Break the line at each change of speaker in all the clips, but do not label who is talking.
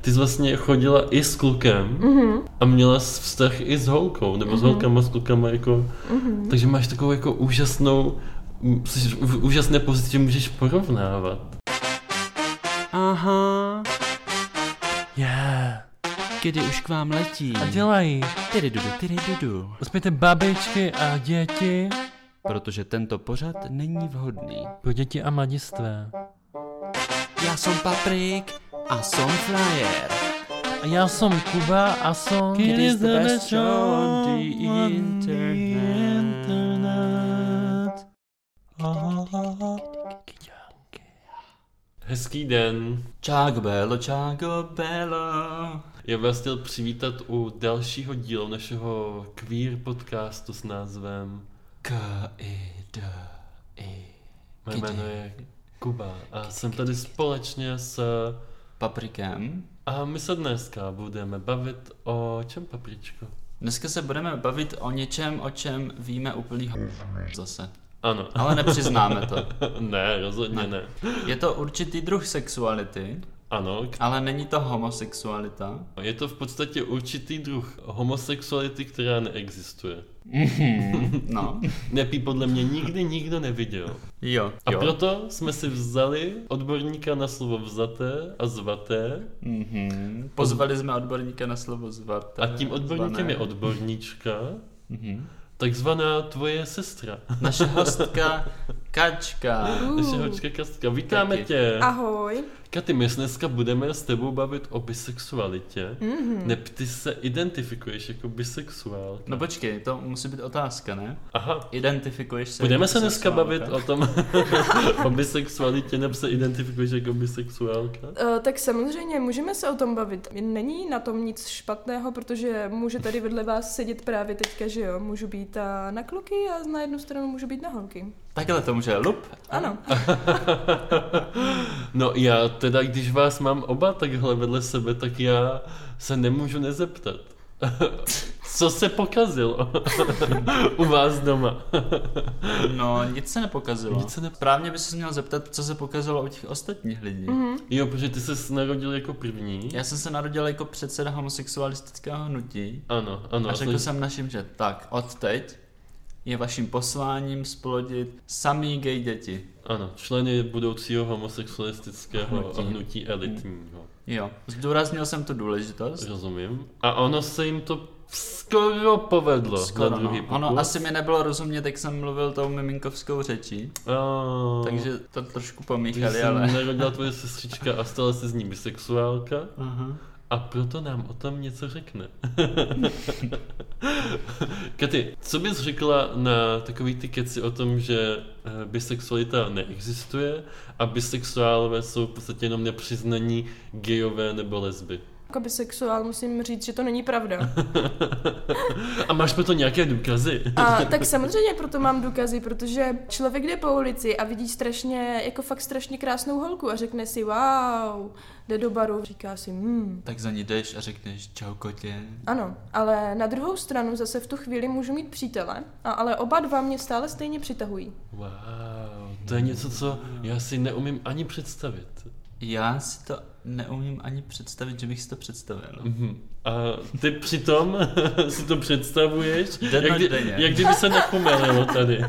ty jsi vlastně chodila i s klukem
Mhm.
a měla jsi vztah i s holkou, nebo s holkama, s klukama, jako,
Mhm.
takže máš takovou jako úžasnou, m, jsi v v úžasné pozici, že můžeš porovnávat.
Aha,
Yeah.
kdy už k vám letí.
A dělají.
Tyry dudu, tyry dudu.
Uspějte babičky a děti
Protože tento pořad není vhodný.
pro děti a mladistvé.
Já jsem Paprik a jsem Flyer.
A já jsem Kuba a jsem...
It is the best show on the internet.
Hezký den.
Čágo belo, čágo belo.
Já vás chtěl přivítat u dalšího dílu našeho queer podcastu s názvem
K i d i.
Mé
Kdy?
jméno je Kuba a jsem tady společně s...
Paprikem.
A my se dneska budeme bavit o čem, papričko?
Dneska se budeme bavit o něčem, o čem víme úplný ho... zase.
Ano.
Ale nepřiznáme to.
ne, rozhodně
Ne.
ne.
Je to určitý druh sexuality,
Ano,
ale není to homosexualita.
je to v podstatě určitý druh homosexuality, která neexistuje.
No.
Nepí podle mě nikdy nikdo neviděl.
Jo.
A
jo.
proto jsme si vzali odborníka na slovo vzaté a zvaté
Mhm. Pozvali jsme odborníka na slovo zvat. eh,
a tím odborníkem je odborníčka,
Mhm.
takzvaná tvoje sestra,
Naše hostka Kačka.
naše hočka Kastka. Vítáme
Taky.
tě!
Ahoj.
Katy, my se dneska budeme s tebou bavit o bisexualitě. Mm-hmm. Ne, ty se identifikuješ jako bisexuál.
No počkej, to musí být otázka, ne?
Aha,
Identifikuješ se
budeme
jako
se dneska
sexuálka?
bavit o tom, o bisexualitě, nebo se identifikuješ jako bisexuálka?
Eh, Tak samozřejmě, můžeme se o tom bavit. Není na tom nic špatného, protože může tady vedle vás sedět právě teďka, že jo? Můžu být a na kluky a na jednu stranu můžu být na holky.
Takhle to může lup.
Ano.
No já teda, když vás mám oba takhle vedle sebe, tak já se nemůžu nezeptat. Co se pokazilo u vás doma?
No, nic se nepokazilo.
Nic se ne-
Správně by se měl zeptat, co se pokazilo u těch ostatních lidí.
Jo, protože ty se narodil jako první.
Já jsem se narodil jako předseda homosexualistického hnutí
Ano, ano.
a řekl
to-
jsem našim, že tak, od teď je vaším posláním splodit samý gay děti.
Ano, členy budoucího homosexualistického
Hnutí. Hm.
hnutí, elitního.
Jo, zdůraznil jsem tu důležitost.
Rozumím. A ono se jim to skoro povedlo
Skoro,
na druhý
no.
pokus.
Ono asi mi nebylo rozumět, jak jsem mluvil tou miminkovskou řečí,
A...
takže to trošku
No. Když
pomíchali,
se
ale...
narodila tvoje sestřička a stala se z ní bisexuálka,
Aha.
A proto nám o tom něco řekne. Katy, co bys řekla na takový ty keci o tom, že eh, bisexualita neexistuje a bisexuálové jsou v podstatě jenom nepřiznaní gejové nebo lesby?
Jako bisexuál musím říct, že to není pravda.
A máš pro to nějaké důkazy?
A tak samozřejmě proto mám důkazy, protože člověk jde po ulici a vidí strašně, jako fakt strašně krásnou holku a řekne si wow, jde do baru, říká si hmm.
Tak za ní jdeš a řekneš čau kotě.
Ano, ale na druhou stranu zase v tu chvíli můžu mít přítele, a, ale oba dva mě stále stejně přitahují.
Wow, to je něco, co já si neumím ani představit.
Já si to neumím ani představit, že bych si to představil.
Mhm. A ty přitom si to představuješ, jak, kdy,
Dennodenně.
jak kdyby se nepomelilo tady.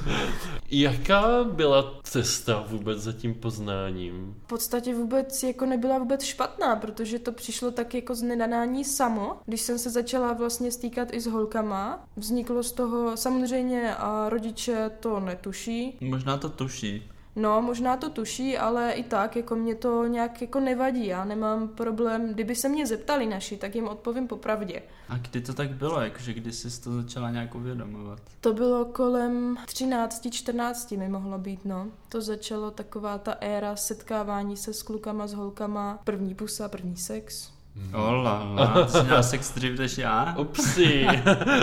Jaká byla cesta vůbec za tím poznáním?
V podstatě vůbec jako nebyla vůbec špatná, protože to přišlo tak jako z nenadání samo. Když jsem se začala vlastně stýkat i s holkama, vzniklo z toho samozřejmě a rodiče to netuší,
Možná to tuší.
No, možná to tuší, ale i tak, jako mě to nějak jako nevadí, já nemám problém, kdyby se mě zeptali naši, tak jim odpovím popravdě.
A kdy to tak bylo, jakože kdy jsi to začala nějak uvědomovat?
To bylo kolem 13, 14 mi mohlo být, no. To začalo taková ta éra setkávání se s klukama, s holkama, první pusa, první sex.
Hmm.
Ola, la, ty jsi měla sex dřív než já?
Upsi,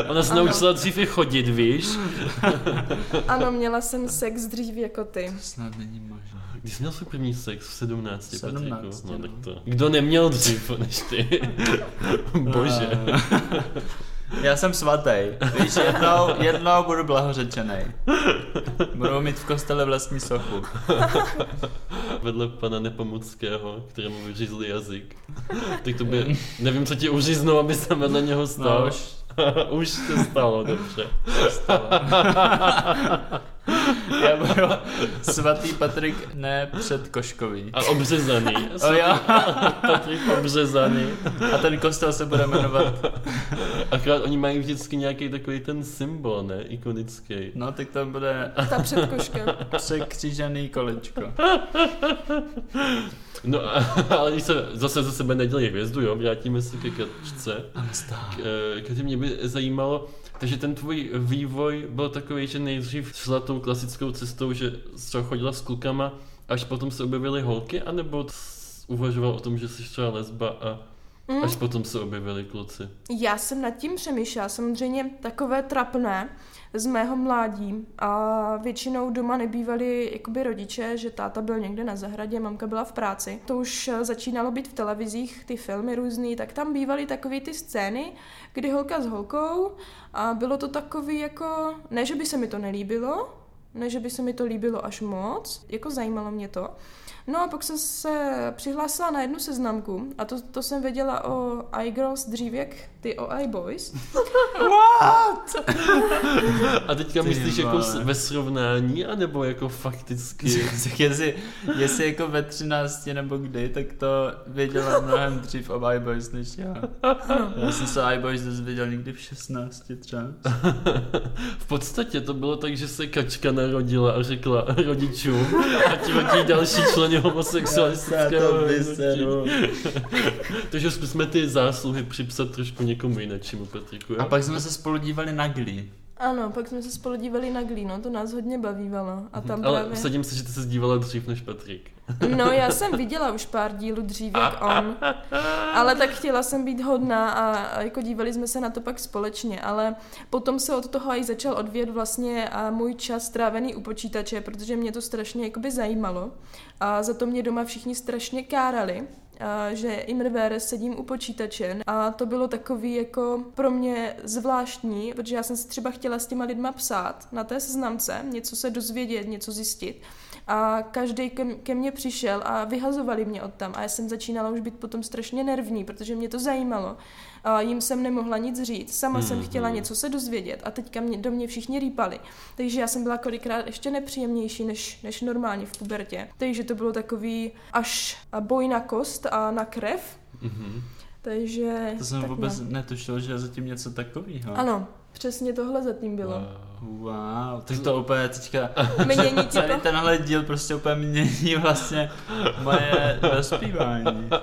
ona se
Ano.
naučila dřív i chodit, víš?
Ano, měla jsem sex dřív jako ty.
Snad není možné.
Když jsi měl svůj první sex v 17,
V 17,
Patriku? No,
no.
tak to. Kdo neměl dřív než ty? Bože.
Eh, Já jsem svatý. Víš, jednou, jednou budu blahořečený. Budu mít v kostele vlastní sochu.
vedle pana Nepomuckého, kterému vyřízli jazyk. Tak to by, nevím, co ti uříznou, aby se vedle něho
No,
stal.
už
už se stalo, dobře.
stalo. Já budu svatý Patrik ne před Koškový.
A obřezaný.
O, jo.
Patrik obřezaný.
A ten kostel se bude jmenovat.
Akorát oni mají vždycky nějaký takový ten symbol, ne? Ikonický.
No, tak tam bude
Ta před koškem.
překřížený kolečko.
No, ale když se zase ze sebe nedělí hvězdu, jo, vrátíme se ke kačce. K- eh, Katy, mě by zajímalo, takže ten tvůj vývoj byl takový, že nejdřív šla tou klasickou cestou, že třeba chodila s klukama, až potom se objevily holky, anebo s- uvažoval o tom, že jsi třeba lesba a až potom se objevili kluci.
Já jsem nad tím přemýšlela, samozřejmě takové trapné z mého mládí a většinou doma nebývali jakoby rodiče, že táta byl někde na zahradě, mamka byla v práci. To už eh, začínalo být v televizích, ty filmy různý, tak tam bývaly takové ty scény, kdy holka s holkou a bylo to takový jako, ne že by se mi to nelíbilo, ne že by se mi to líbilo až moc, jako zajímalo mě to, No a pak jsem se přihlásila na jednu seznamku a to, to jsem věděla o iGirls dřív jak ty o iBoys.
A teďka
Ty
myslíš jako s-
vole.
ve srovnání, anebo jako fakticky?
Tak jestli, jestli jako ve 13 nebo kdy, tak to věděla mnohem dřív o iBoys než já. Já jsem se o iBoys dozvěděl někdy v 16 třeba.
V podstatě to bylo tak, že se kačka narodila a řekla rodičům, ať rodí další členy homosexualistického hnutí.
no-
Takže zkusme ty zásluhy připsat trošku někomu jinému, Patriku. jo?
A pak jsme se spolu dívali na Glee.
Ano, pak jsme se spolu dívali na Glee, no to nás hodně bavívalo. A tam
Ale
právě...
vsadím se, že ty se zdívala dřív než Patrik.
No já jsem viděla už pár dílů dřív jak on, ale tak chtěla jsem být hodná a a jako dívali jsme se na to pak společně, ale potom se od toho i začal odvíjet vlastně a můj čas strávený u počítače, protože mě to strašně jakoby zajímalo a za to mě doma všichni strašně kárali. A že imrvére sedím u počítače a to bylo takový jako pro mě zvláštní, protože já jsem si třeba chtěla s těma lidma psát na té seznamce, něco se dozvědět, něco zjistit a každý ke, m- ke mně přišel a vyhazovali mě od tam a já jsem začínala už být potom strašně nervní, protože mě to zajímalo. A jim jsem nemohla nic říct, sama jsem
Mhm.
chtěla něco se dozvědět a teďka mě, do mě všichni rýpali. Takže já jsem byla kolikrát ještě nepříjemnější než, než normálně v pubertě. Takže to bylo takový až a boj na kost a na krev.
Mhm.
Takže...
To jsem
tak
vůbec
no.
netušil, že je zatím něco takového.
Ano, přesně tohle za tím bylo.
Wow.
Wow, tak to úplně teďka...
Jako- Mění ti
No. Celý
to.
tenhle díl prostě úplně mění vlastně moje dospívání.
No,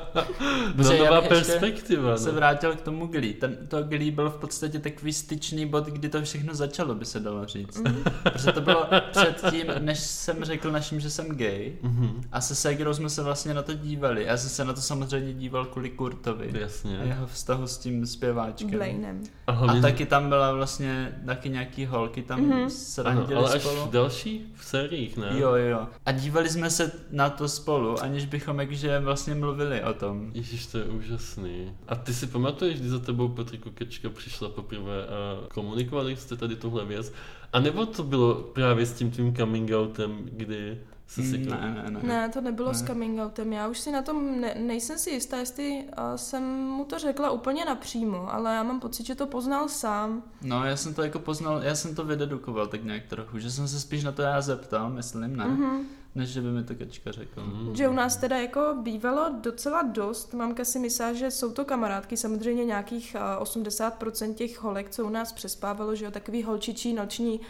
Dobře, já
nová
bych ještě
perspektiva.
se
no.
vrátil k tomu Glee. Ten, to Glee byl v podstatě takový styčný bod, kdy to všechno začalo, by se dalo říct. Protože to bylo předtím, než jsem řekl našim, že jsem gay.
Mhm.
A se Segrou jsme se vlastně na to dívali. Já jsem se na to samozřejmě díval kvůli Kurtovi. A
Jasně.
jeho vztahu s tím zpěváčkem.
Blainem.
A,
A
hlavně,
taky tam byla vlastně taky nějaký holky tam
Mhm.
mm-hmm.
ano, ale až
spolu.
v další v sériích, ne?
Jo, jo. A dívali jsme se na to spolu, aniž bychom jakže vlastně mluvili o tom.
Ježíš, to je úžasný. A ty si pamatuješ, kdy za tebou Patriku Kečka přišla poprvé a komunikovali jste tady tuhle věc? A nebo to bylo právě s tím tvým coming outem, kdy jsi si...
Ne, ne, ne.
Ne, to nebylo
Ne.
s coming outem. Já už si na tom ne, nejsem si jistá, jestli uh, jsem mu to řekla úplně napřímo, ale já mám pocit, že to poznal sám.
No, já jsem to jako poznal, já jsem to vydedukoval tak nějak trochu, že jsem se spíš na to já zeptal, myslím, ne,
Mhm.
mm-hmm. než že by mi to kačka řekl.
Mhm.
Mm-hmm.
Že u nás teda jako bývalo docela dost. Mamka si myslela, že jsou to kamarádky. Samozřejmě nějakých uh, 80% těch holek, co u nás přespávalo, že jo, takový holčičí noční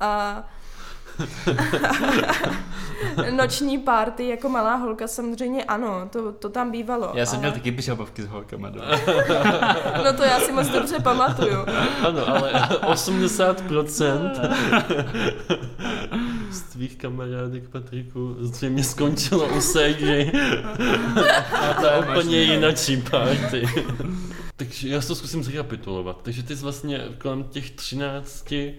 a noční party jako malá holka samozřejmě ano, to, to tam bývalo.
Já jsem
ale-
měl taky pišabovky s holkama doma.
No to já si moc dobře pamatuju.
Ano, ale 80% z tvých kamarádek Patriku zřejmě skončilo u Segry.
A
To je úplně jinačí party. Takže já si to zkusím zrekapitulovat. Takže ty jsi vlastně kolem těch 13 eh,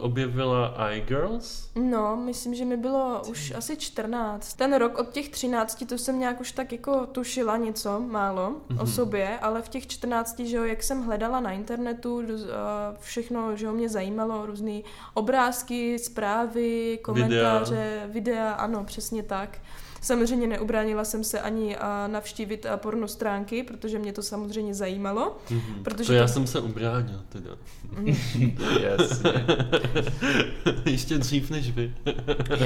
objevila iGirls.
No, myslím, že mi bylo už asi 14. Ten rok od těch 13, to jsem nějak už tak jako tušila něco, málo mm-hmm.
Mhm.
o sobě, ale v těch 14, že jo, jak jsem hledala na internetu, doz- a všechno, že jo, mě zajímalo, různé obrázky, zprávy, komentáře, videa. videa, ano, přesně tak. Samozřejmě neubránila jsem se ani a, navštívit a, pornostránky, protože mě to samozřejmě zajímalo.
Mhm.
Protože
to já
to-
jsem se ubránil teda.
Jasně.
Ještě dřív než vy.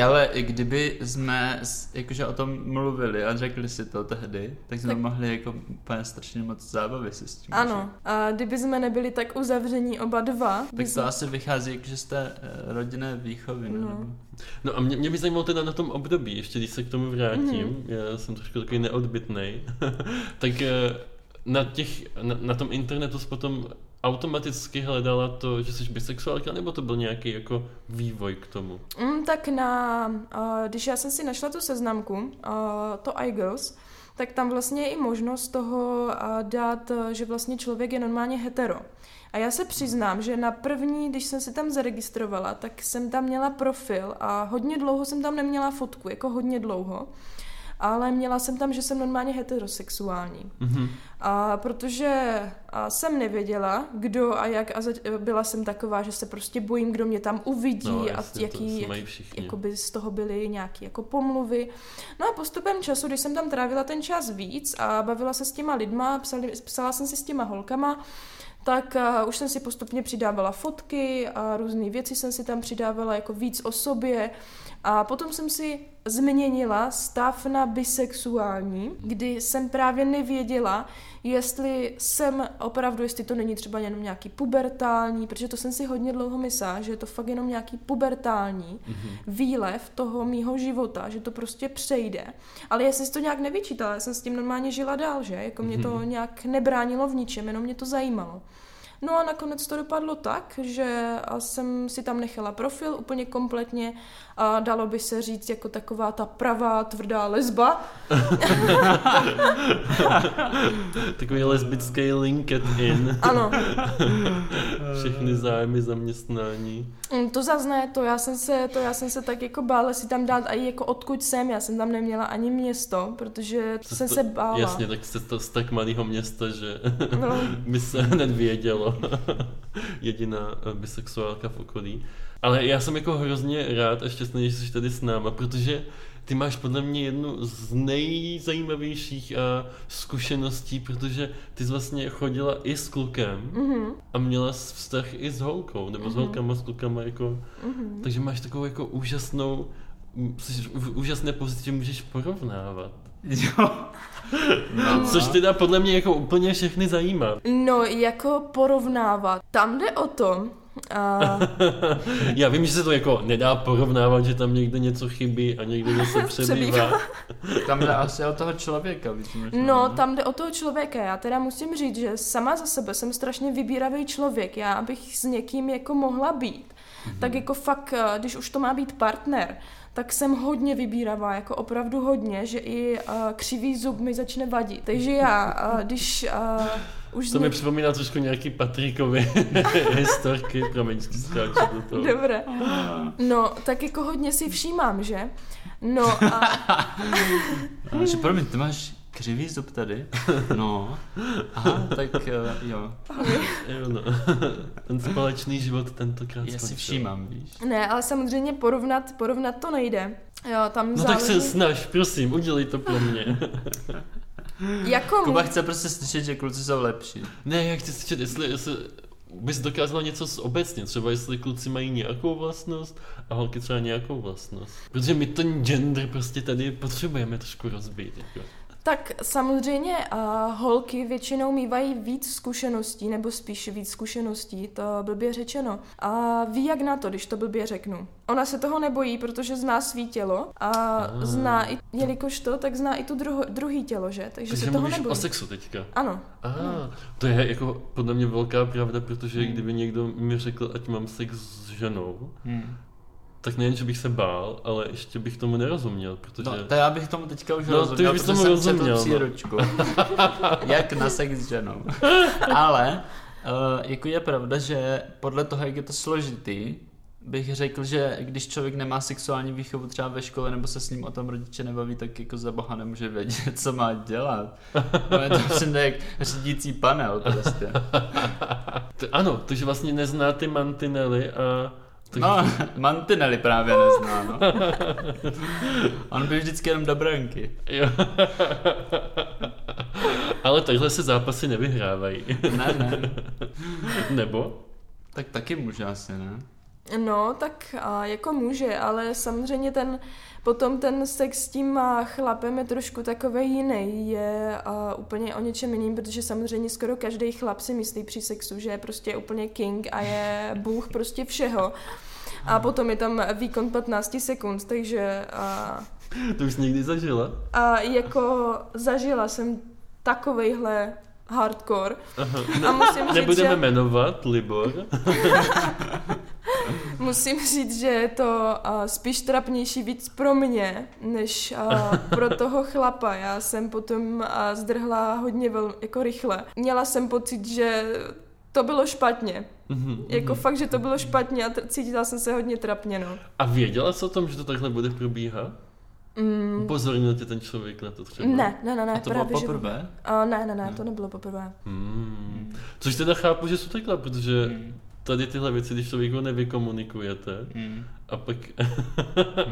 Ale i kdyby jsme s- jakože o tom mluvili a řekli si to tehdy, tak jsme
Tak-
tak... mohli jako úplně strašně moc zábavy si s tím.
Ano, a kdyby jsme nebyli tak uzavření oba dva, by
Tak
jsme-
to asi vychází jakože z té eh, rodinné výchovy,
No.
no. nebo...
No a mě, mě by zajímalo teda na tom období, ještě když se k tomu vrátím,
Mhm.
mm. já jsem trošku takový neodbitnej, tak eh, na, těch, na, na tom internetu jsi potom automaticky hledala to, že jsi bisexuálka, nebo to byl nějaký jako vývoj k tomu?
Mm, tak na, uh, když já jsem si našla tu seznamku, uh, to iGirls, tak tam vlastně je i možnost toho uh, dát, eh, že vlastně člověk je normálně hetero. A já se přiznám, že na první, když jsem si tam zaregistrovala, tak jsem tam měla profil a hodně dlouho jsem tam neměla fotku, jako hodně dlouho. Ale měla jsem tam, že jsem normálně heterosexuální.
Mm-hmm.
A protože a jsem nevěděla, kdo a jak, a zač- byla jsem taková, že se prostě bojím, kdo mě tam uvidí
No,
a
jasně, to
jaký,
asi
jaký
mají všichni.
jakoby z toho byly nějaké jako pomluvy. No a postupem času, když jsem tam trávila ten čas víc a bavila se s těma lidma, psali, psala jsem si s těma holkama, tak a už jsem si postupně přidávala fotky a různé věci jsem si tam přidávala jako víc o sobě. A potom jsem si změnila stav na bisexuální, kdy jsem právě nevěděla, jestli jsem opravdu, jestli to není třeba jenom nějaký pubertální, protože to jsem si hodně dlouho myslela, že je to fakt jenom nějaký pubertální mm-hmm. výlev toho mýho života, že to prostě přejde. Ale já jsem si to nějak nevyčítala, já jsem s tím normálně žila dál, že? Jako mě to nějak nebránilo v ničem, jenom mě to zajímalo. No a nakonec to dopadlo tak, že a jsem si tam nechala profil úplně kompletně a dalo by se říct jako taková ta pravá tvrdá lesba.
Takový lesbický linket in,
Ano,
všechny zájmy, zaměstnání.
Mm, To zas ne, to já jsem se, to já jsem se tak jako bála si tam dát a i jako odkud jsem, já jsem tam neměla ani město, protože
Jsi
jsem
to-
se bála.
Jasně, tak jste to z tak malého města, že
No,
by se hned vědělo. Jediná eh, bisexuálka v okolí. Ale já jsem jako hrozně rád a šťastný, že jsi tady s náma, protože ty máš podle mě jednu z nejzajímavějších a zkušeností, protože ty jsi vlastně chodila i s klukem
mhm,
a měla jsi vztah i s holkou, nebo s holkama, s klukama, jako,
mhm.
takže máš takovou jako úžasnou, jsi v úžasné pozici, že můžeš porovnávat.
Jo. No.
Což teda podle mě jako úplně všechny zajímá.
No, jako porovnávat. Tam jde o to, a
Já vím, že se to jako nedá porovnávat, že tam někde něco chybí a někde něco přebývá.
Přebývá.
Tam jde asi o toho člověka, víc možná.
No,
ne?
tam jde o toho člověka. Já teda musím říct, že sama za sebe jsem strašně vybíravý člověk. Já abych s někým jako mohla být.
Mhm.
Tak jako fakt, eh, když už to má být partner, tak jsem hodně vybíravá, jako opravdu hodně, že i uh, křivý zub mi začne vadit. Takže já, uh, když uh, už...
To
s
mi
něk-
připomíná trošku nějaký Patrikovi historky, promiň, skáču do toho.
Dobré. No, tak jako hodně si všímám, že? No a...
A, No, že promiň, ty máš křivý zub tady? No. Aha, tak eh, jo.
Jo, no. Ten společný život tentokrát
Já si
skončil.
všímám, víš.
Ne, ale samozřejmě porovnat, porovnat to nejde. Jo, tam
No tak
záleží...
se snaž, prosím, udělej to pro mě.
Jako
Kuba chce prostě slyšet, že kluci jsou lepší.
Ne, já chci slyšet, jestli, jestli bys dokázala něco obecně, třeba jestli kluci mají nějakou vlastnost a holky třeba nějakou vlastnost. Protože my ten gender prostě tady potřebujeme trošku rozbít. Jako.
Tak samozřejmě uh, holky většinou mývají víc zkušeností, nebo spíš víc zkušeností, to blbě řečeno. A ví jak na to, když to blbě řeknu. Ona se toho nebojí, protože zná svý tělo a
Ah.
zná i, jelikož to, tak zná i tu druho, druhý tělo, že? Takže
Takže
se toho No.
mluvíš
nebojí.
o sexu teďka.
Ano.
Aha, to je jako podle mě velká pravda, protože
Hmm.
kdyby někdo mi řekl, ať mám sex s ženou,
Hmm.
tak nejen, že bych se bál, ale ještě bych tomu nerozuměl, protože...
No, to já bych tomu teďka už
No, ty
rozuměl,
už bys
protože
tomu
jsem četl
rozuměl, no.
příručku. Jak na sex s ženou. Ale Uh, jako je pravda, že podle toho, jak je to složitý, bych řekl, že když člověk nemá sexuální výchovu třeba ve škole nebo se s ním o tom rodiče nebaví, tak jako za boha nemůže vědět, co má dělat. No je to přijde jak řídící panel prostě.
T- ano, takže vlastně nezná ty mantinely a... Takže...
No, mantinely právě nezná, no. On byl vždycky jenom dobranky.
Jo. Ale takhle se zápasy nevyhrávají.
Ne, ne.
Nebo?
Tak taky může asi, ne?
No, tak a jako může, ale samozřejmě ten, potom ten sex s tím a chlapem je trošku takový jiný, je a úplně o něčem jiným, protože samozřejmě skoro každý chlap si myslí při sexu, že je prostě úplně king a je bůh prostě všeho. A potom je tam výkon 15 sekund, takže a,
To už jsi někdy zažila?
a jako zažila jsem takovejhle hardcore.
Aha.
A musím říct,
Nebudeme
že...
jmenovat, Libor.
Musím říct, že je to uh, spíš trapnější víc pro mě, než uh, pro toho chlapa. Já jsem potom uh, zdrhla hodně vel, jako rychle. Měla jsem pocit, že to bylo špatně.
Mhm.
Jako fakt, že to bylo špatně a tr- cítila jsem se hodně trapně, no.
A věděla jsi o tom, že to takhle bude probíhat?
Mm,
Upozornil tě ten člověk na to třeba?
ne, ne, ne, ne,
A to bylo
právě, že...
poprvé?
Uh, ne, ne, ne, to nebylo poprvé.
Hmm. Což teda chápu, že jsou takhle, protože tady tyhle věci, když člověku nevykomunikujete,
Mm.
a pak... hmm,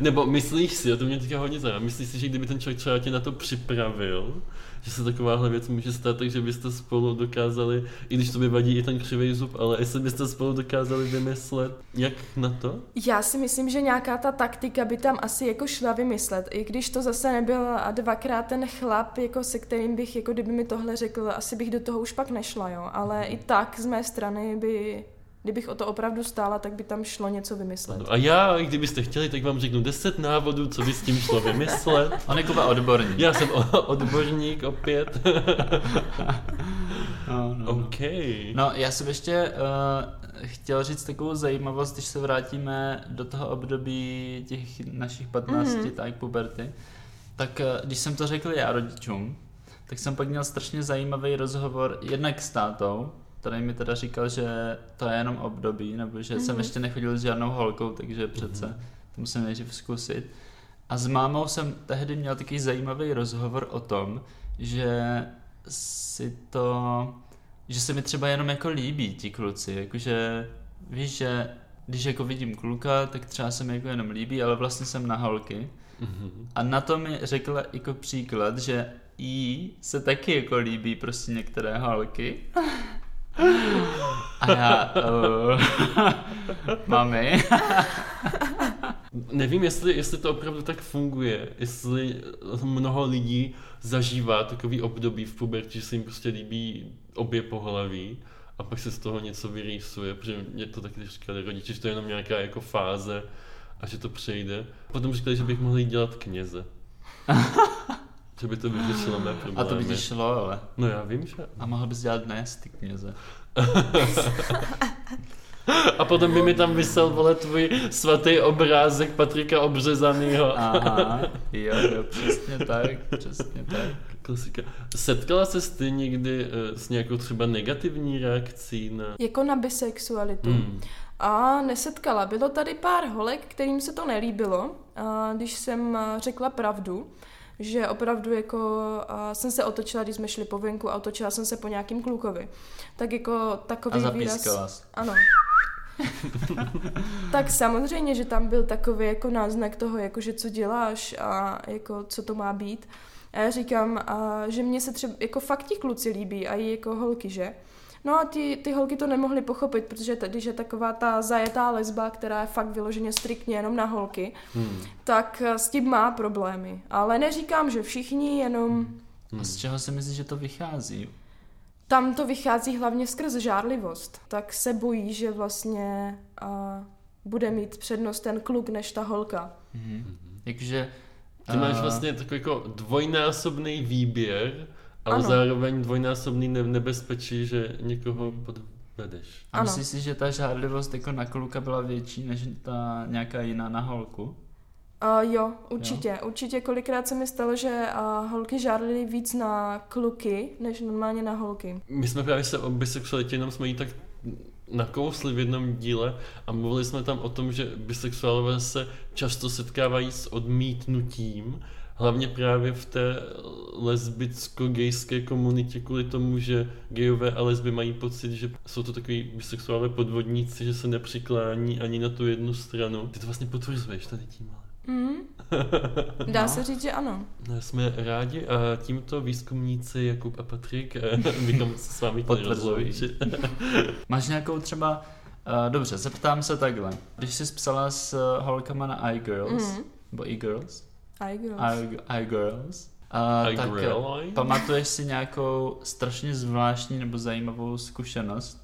Nebo myslíš si, a to mě teďka hodně zajímá, myslíš si, že kdyby ten člověk třeba tě na to připravil, že se takováhle věc může stát, takže byste spolu dokázali, i když to by vadí i ten křivý zub, ale jestli byste spolu dokázali vymyslet, jak na to?
Já si myslím, že nějaká ta taktika by tam asi jako šla vymyslet, i když to zase nebyl a dvakrát ten chlap, jako se kterým bych, jako kdyby mi tohle řekl, asi bych do toho už pak nešla, jo, ale i tak z mé strany by, kdybych o to opravdu stála, tak by tam šlo něco vymyslet.
A já, i kdybyste chtěli, tak vám řeknu 10 návodů, co by s tím šlo vymyslet.
On je Kuba odborník.
Já jsem o- odborník opět.
No, no, no.
OK.
No, já jsem ještě uh, chtěl říct takovou zajímavost, když se vrátíme do toho období těch našich 15, mm-hmm. tak puberty. Tak uh, když jsem to řekl já rodičům, tak jsem pak měl strašně zajímavý rozhovor jednak s tátou, který mi teda říkal, že to je jenom období, nebo že mm-hmm. jsem ještě nechodil s žádnou holkou, takže přece
Mhm.
to musím nejdřív zkusit. A s mámou jsem tehdy měl takový zajímavý rozhovor o tom, že si to, že se mi třeba jenom jako líbí ti kluci, jakože víš, že když jako vidím kluka, tak třeba se mi jako jenom líbí, ale vlastně jsem na holky.
Mhm.
A na to mi řekla jako příklad, že jí se taky jako líbí prostě některé holky. A já, uh, mami,
Nevím, jestli, jestli to opravdu tak funguje, jestli mnoho lidí zažívá takový období v pubertě, že se jim prostě líbí obě pohlaví a pak se z toho něco vyrýsuje, protože mě to taky říkali rodiče, že to je jenom nějaká jako fáze a že to přejde. Potom říkali, že bych mohl jít dělat kněze. že by to vyřešilo mé problémy.
a to by ti šlo, ale.
No já vím, že...
A mohl bys dělat dnes, ty kněze.
A potom by mi tam vysel, vole, tvůj svatý obrázek Patrika Obřezanýho.
Aha, jo, jo, přesně tak, přesně tak.
Klasika. Setkala se ty někdy eh, s nějakou třeba negativní reakcí na...
Jako na bisexualitu.
Hmm.
A nesetkala. Bylo tady pár holek, kterým se to nelíbilo, a když jsem a, řekla pravdu, že opravdu jako a, jsem se otočila, když jsme šli po venku a otočila jsem se po nějakým klukovi. Tak jako takový
A
výraz...
zapískala jsi.
Ano. tak samozřejmě, že tam byl takový jako náznak toho, jako že co děláš a jako co to má být. A já říkám, a že mě se třeba, jako fakt ti kluci líbí a i jako holky, že? No a ty, ty holky to nemohly pochopit, protože tady, že taková ta zajetá lesba, která je fakt vyloženě striktně jenom na holky,
Hmm.
tak eh, s tím má problémy. Ale neříkám, že všichni, jenom
A z čeho si myslíš, že to vychází?
tam to vychází hlavně skrz žárlivost. Tak se bojí, že vlastně uh, bude mít přednost ten kluk než ta holka.
Mhm. Jakože...
Ty máš
a,
vlastně takový jako dvojnásobný výběr, ale ano.
Ano.
zároveň dvojnásobný ne- nebezpečí, že někoho podvedeš.
A
Ano.
myslíš si, že ta žádlivost jako na kluka byla větší než ta nějaká jiná na holku?
A jo, určitě. Jo. Určitě kolikrát se mi stalo, že a, holky žárlily víc na kluky, než normálně na holky.
My jsme právě se o bisexualitě jenom jsme jí tak nakousli v jednom díle a mluvili jsme tam o tom, že bisexuálové se často setkávají s odmítnutím, hlavně právě v té lesbicko-gejské komunitě kvůli tomu, že gejové a lesby mají pocit, že jsou to takový bisexuálové podvodníci, že se nepřiklání ani na tu jednu stranu. Ty to vlastně potvrzuješ tady tím, ale. No,
Mm. Dá no. se říct, že ano.
Jsme rádi a tímto výzkumníci Jakub a Patrik bychom se s vámi potvrdili.
Máš nějakou třeba, eh, dobře, zeptám se takhle. Když jsi psala s eh, holkama na iGirls,
Mhm.
mm. nebo e-girls,
iGirls.
iGirls. Uh, tak pamatuješ si nějakou strašně zvláštní nebo zajímavou zkušenost?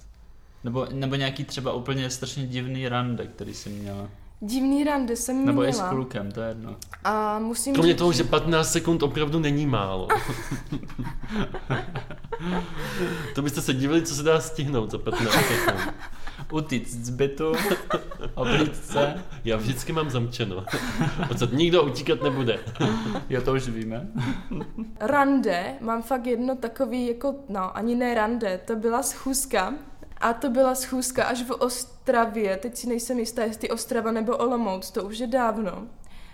Nebo, nebo nějaký třeba úplně strašně divný rande, který jsi měla?
Divný rande jsem
nebo
měla.
Nebo i s klukem, to je jedno.
A musím
Kromě říct... toho, že 15 sekund opravdu není málo. to byste se divili, co se dá stihnout za 15 sekund.
Utíct z bytu, oblít se.
Já vždycky mám zamčeno. Odsad nikdo utíkat nebude.
Já to už víme.
Rande, mám fakt jedno takový, jako, no, ani ne rande, to byla schůzka, a to byla schůzka až v Ostravě, teď si nejsem jistá, jestli Ostrava nebo Olomouc, to už je dávno.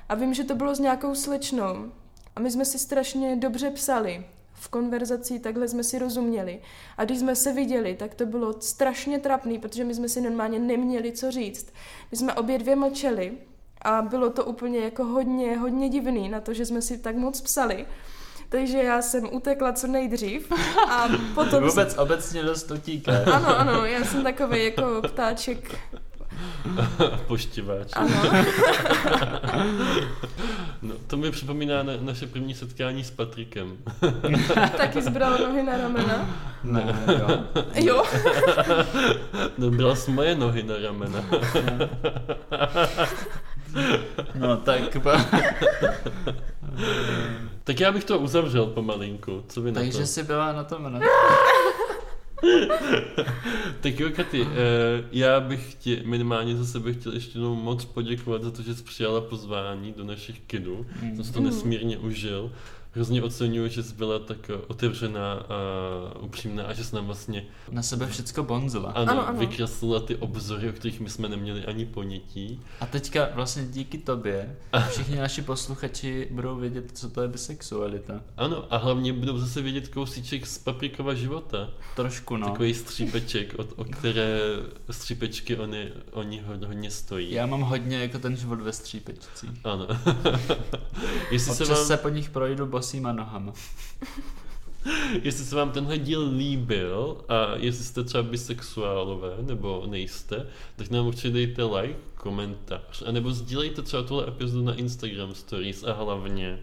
A vím, že to bylo s nějakou slečnou. A my jsme si strašně dobře psali. V konverzaci takhle jsme si rozuměli. A když jsme se viděli, tak to bylo strašně trapný, protože my jsme si normálně neměli co říct. My jsme obě dvě mlčeli a bylo to úplně jako hodně, hodně divný na to, že jsme si tak moc psali. Takže já jsem utekla co nejdřív a potom...
Vůbec obecně dost utíká.
Ano, ano, já jsem takový jako ptáček.
Poštiváč.
Ano.
No, to mi připomíná na, naše první setkání s Patrikem.
Taky zbral nohy na ramena?
Ne, jo.
Jo?
No, byla jsi moje nohy na ramena.
No tak...
Tak já bych to uzavřel pomalinku, co by
Takže
na to?
jsi byla na tom, ne?
tak jo, Katy, eh, já bych ti minimálně za sebe chtěl ještě jednou moc poděkovat za to, že jsi přijala pozvání do našich kinů. Mm. Jsem si to nesmírně užil. Hrozně oceňuju, že jsi byla tak eh, otevřená a upřímná a že jsi nám vlastně
Na sebe všecko bonzila.
ano,
Ano, ano.
vykreslila ty obzory, o kterých my jsme neměli ani ponětí.
A teďka vlastně díky tobě všichni naši posluchači budou vědět, co to je bisexualita.
Ano, a hlavně budou zase vědět kousíček z paprikova života.
Trošku no.
Takový střípeček, o, o které střípečky oni, oni ho- hodně stojí.
Já mám hodně jako ten život ve střípečcích.
Ano. jestli, se
Občas
vám,
se po nich projdu bosýma nohama.
jestli se vám tenhle díl líbil a jestli jste třeba bisexuálové nebo nejste, tak nám určitě dejte like, komentář, anebo sdílejte třeba tuhle epizodu na Instagram Stories a hlavně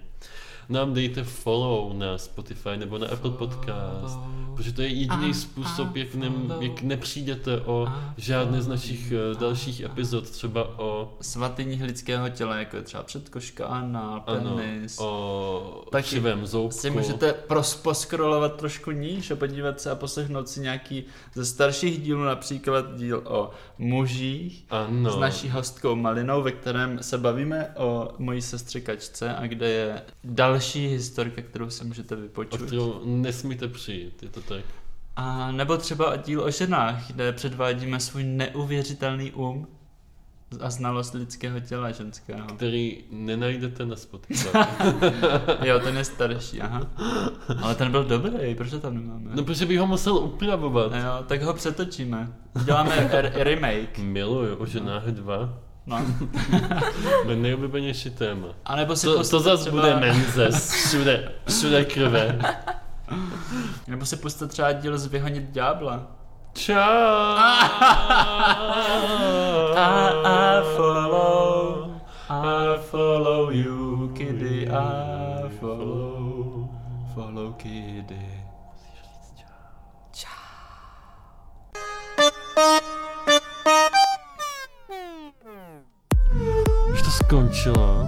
nám dejte follow na Spotify nebo na Apple Podcast. Protože to je jediný
A-
způsob,
a
jak, ne,
follow.
jak nepřijdete o
A
žádné z
follow.
našich eh, dalších epizod, třeba o
Svatyní lidského těla, jako je třeba předkoška, anal,
ano,
penis.
o
Taky
křivém zoubku.
Si můžete pros- poskrolovat trošku níž a podívat se a poslechnout si nějaký ze starších dílů, například díl o mužích
ano.
s naší hostkou Malinou, ve kterém se bavíme o mojí sestře Kačce a kde je další historka, kterou si můžete
o
vypočutit.
kterou nesmíte přijít, je to tak.
A nebo třeba díl o ženách, kde předvádíme svůj neuvěřitelný um a znalost lidského těla ženského.
Který nenajdete na Spotify.
Jo, ten je starší, aha. Ale ten byl dobrý, proč to tam nemáme? No
No protože bych ho musel upravovat.
Jo, tak ho přetočíme. Děláme r- remake.
Miluju o ženách 2.
No.
Moje nejoblíbenější téma.
A nebo si
To,
pustit
to zase
Jako třeba,
bude menzes. Všude, všude krve.
Nebo si pustit třeba díl z Vyhonit ďábla.
Čau.
I, I follow, I follow you, kiddy, I follow, follow kiddy.
Už to skončilo.